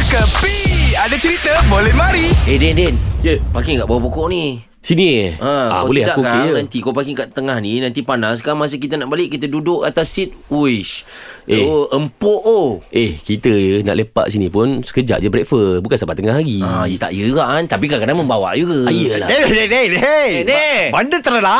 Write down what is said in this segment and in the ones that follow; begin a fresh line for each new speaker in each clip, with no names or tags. Kepi Ada cerita boleh mari
Eh Din Din
Ya.
Parking kat bawah pokok ni
Sini eh?
Ha,
ah,
kau
boleh
tidak
aku okey
kan
je.
Nanti kau parking kat tengah ni Nanti panas kan Masa kita nak balik Kita duduk atas seat Uish eh.
Eh.
Oh empuk oh
Eh, kita je nak lepak sini pun sekejap je breakfast. Bukan sampai tengah hari.
Ha, ya tak ya kan Tapi kadang-kadang membawa juga
Ah,
Eh, eh, eh,
Lah.
eh,
Eh, eh.
eh. Benda terlah.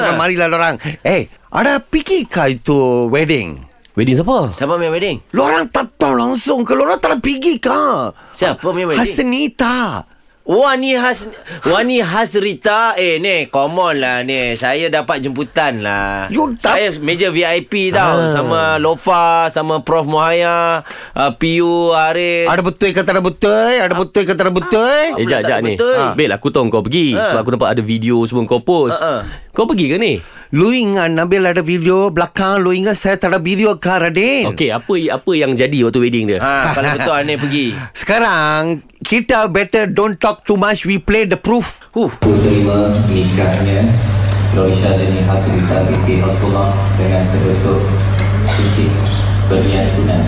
Senang lah. marilah lorang. Eh, ada fikir kah itu wedding?
Wedding siapa?
Siapa main wedding?
Lorang tak tahu langsung ke? Lorang tak nak pergi kah?
Siapa main wedding?
Hasenita.
Wani Has Wani Hasrita Eh ni Come on lah ni Saya dapat jemputan lah
You tak-
Saya meja VIP tau
Ah.
Sama Lofa Sama Prof Muhaya uh, PU Haris
Ada betul kata ada betul? Ada betul kata ada betul?
Eh,
pula
jap,
tak
jap ni.
betul.
Ha. Bel, aku tahu kau pergi.
Ha.
Sebab aku nampak ada video semua kau post.
Ha, Hmm. ha.
Kau pergi ke ni?
Lu ingat Nabil ada video belakang. Lu ingat saya tak ada video kah, Radin?
Okey, apa apa yang jadi waktu wedding dia?
Ha, kalau betul Aneh pergi
Sekarang, kita better don't talk too much. We play the proof.
huh.
Aku terima nikahnya Lorisha Zeni Hasrita binti Hasbullah dengan sebetul sikit berniat sunat.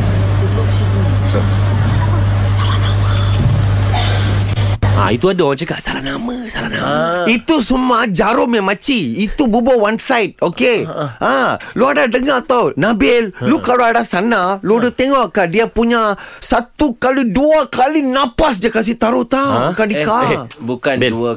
Ha, itu ada orang cakap salah nama, salah
Hmm,
nama.
Ha.
Itu semua jarum yang maci. Itu bubur one side. Okay. Ha. Lu ada dengar tau. Nabil.
Ha.
Lu kalau ada sana. Lu ada tengok kan. Dia punya satu kali dua kali napas dia kasih taruh tau. Bukan di kar.
eh, Bukan
Bel.
dua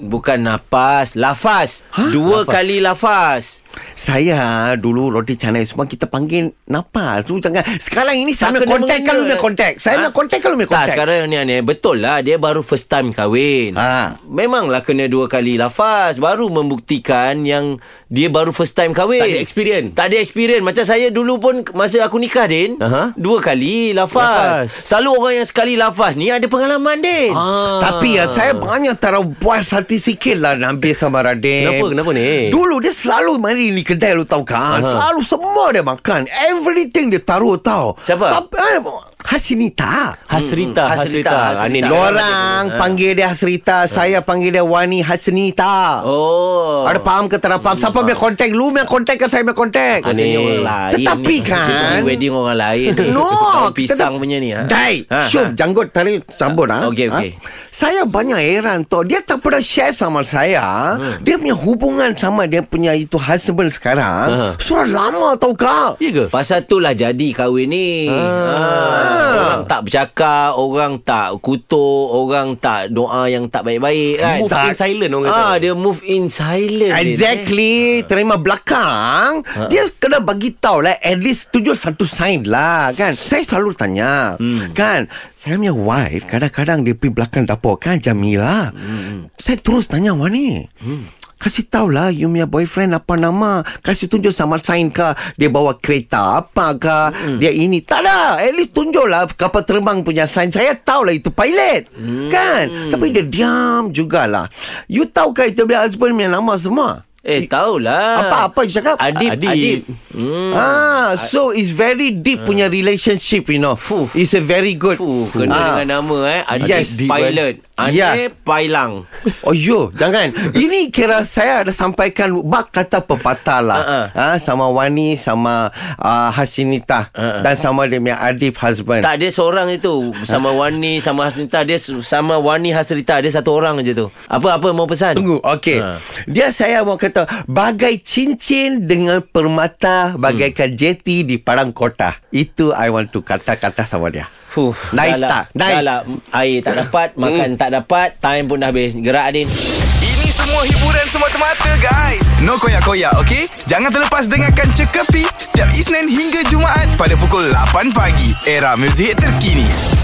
Bukan nafas Lafaz ha? Dua lafaz. kali lafaz
Saya dulu roti canai semua kita panggil napas. Lu jangan. Sekarang ini saya nak
kena
contact kalau
mengena.
nak contact. Saya
Ha?
nak contact kalau nak
Tak
contact.
sekarang ni Aneh Betul lah Dia baru first time kahwin
Ha.
Memanglah kena dua kali lafaz Baru membuktikan yang Dia baru first time kahwin
Tak ada experience.
Tak ada experience Macam saya dulu pun Masa aku nikah Din
Aha.
Dua kali lafaz.
Lafaz.
Selalu orang yang sekali lafaz ni Ada pengalaman Din
Ah.
Tapi ya saya banyak tak puas hati sikit lah Nabil sama Radin
Kenapa? Kenapa ni?
Dulu dia selalu mari ni kedai lu tahu kan
Aha.
Selalu semua dia makan Everything dia taruh tau
Siapa?
Tapi, eh, Hasinita
Hmm, hmm.
Hasrita,
Hasrita,
Hasrita. Ha,
Hasrita.
Anin.
Tak,
Lorang panggil dia Hasrita Saya panggil dia Wani Hasinita
Oh
Ada faham ke tak ada faham Siapa punya contact Lu punya contact ke saya punya contact
Aneh.
Rasanya orang lain
Tetapi
ni.
kan-
Kita pergi wedding orang lain ni.
No
Daun
kita
pisang
tak-
punya ni ha?
Dai
Ha,
ha, Syub
ha.
janggut tarik sambut ha?
Okey,
Ha?
okey.
Saya banyak heran tau Dia tak pernah share sama saya hmm. Dia punya hubungan sama Dia punya itu husband sekarang
Hmm.
Ha.
Surah lama tau kak
Ya ke?
Pasal tu lah jadi kahwin ni ah. Orang tak bercakap Orang tak kutuk Orang tak doa yang tak baik-baik kan
Move in silent orang kata.
ah, Dia move in silent Din.
Exactly Terima belakang Dia kena bagi tahu lah At least tujuh satu sign lah Kan Saya selalu tanya Kan Saya punya wife Kadang-kadang dia pergi belakang dapur Kan Jamila Saya terus tanya Wani Kasih tahu lah You punya boyfriend apa nama Kasih tunjuk sama sign ke Dia bawa kereta apa ke Dia ini Tak ada At least tunjuk lah Kapal terbang punya sign Saya tahu lah itu pilot Kan Tapi dia diam jugalah You tahu ke Itu punya husband punya nama semua
Eh tahulah
Apa-apa you cakap?
Adib Adib,
Adib.
Adib.
Hmm. Ah, so it's very deep punya relationship, you know.
Fuh.
It's a very good.
Fuh, Uh, Kena
Ah.
dengan nama eh Adib
Yes, Adib,
Pilot
kan?
Adib
Ya.
Yeah.
Pailang
Oh yo, jangan. Ini kira saya ada sampaikan bak kata pepatah lah.
Uh-uh.
Ah, sama Wani, sama uh, Hasinita uh-uh. dan sama dia punya Adib husband.
Ha, Tak dia seorang je tu Sama Wani Sama Hasrita Dia s- sama Wani Hasrita Dia satu orang je tu Apa-apa mau pesan
Tunggu Okey
Ha.
ha. Dia saya mau kata Bagai cincin dengan permata
Hmm.
Bagaikan jeti di padang kota Itu I want to kata-kata sama dia
Huh,
Nice tak? Nice. Mm.
Dah lah, air tak dapat, makan tak dapat, time pun dah habis. Gerak Adin.
Ini semua hiburan semata-mata guys No koyak-koyak ok Jangan terlepas dengarkan Cekapi Setiap Isnin hingga Jumaat Pada pukul 8 pagi Era muzik terkini